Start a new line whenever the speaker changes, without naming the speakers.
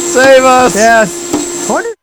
Save us!
Yes. What is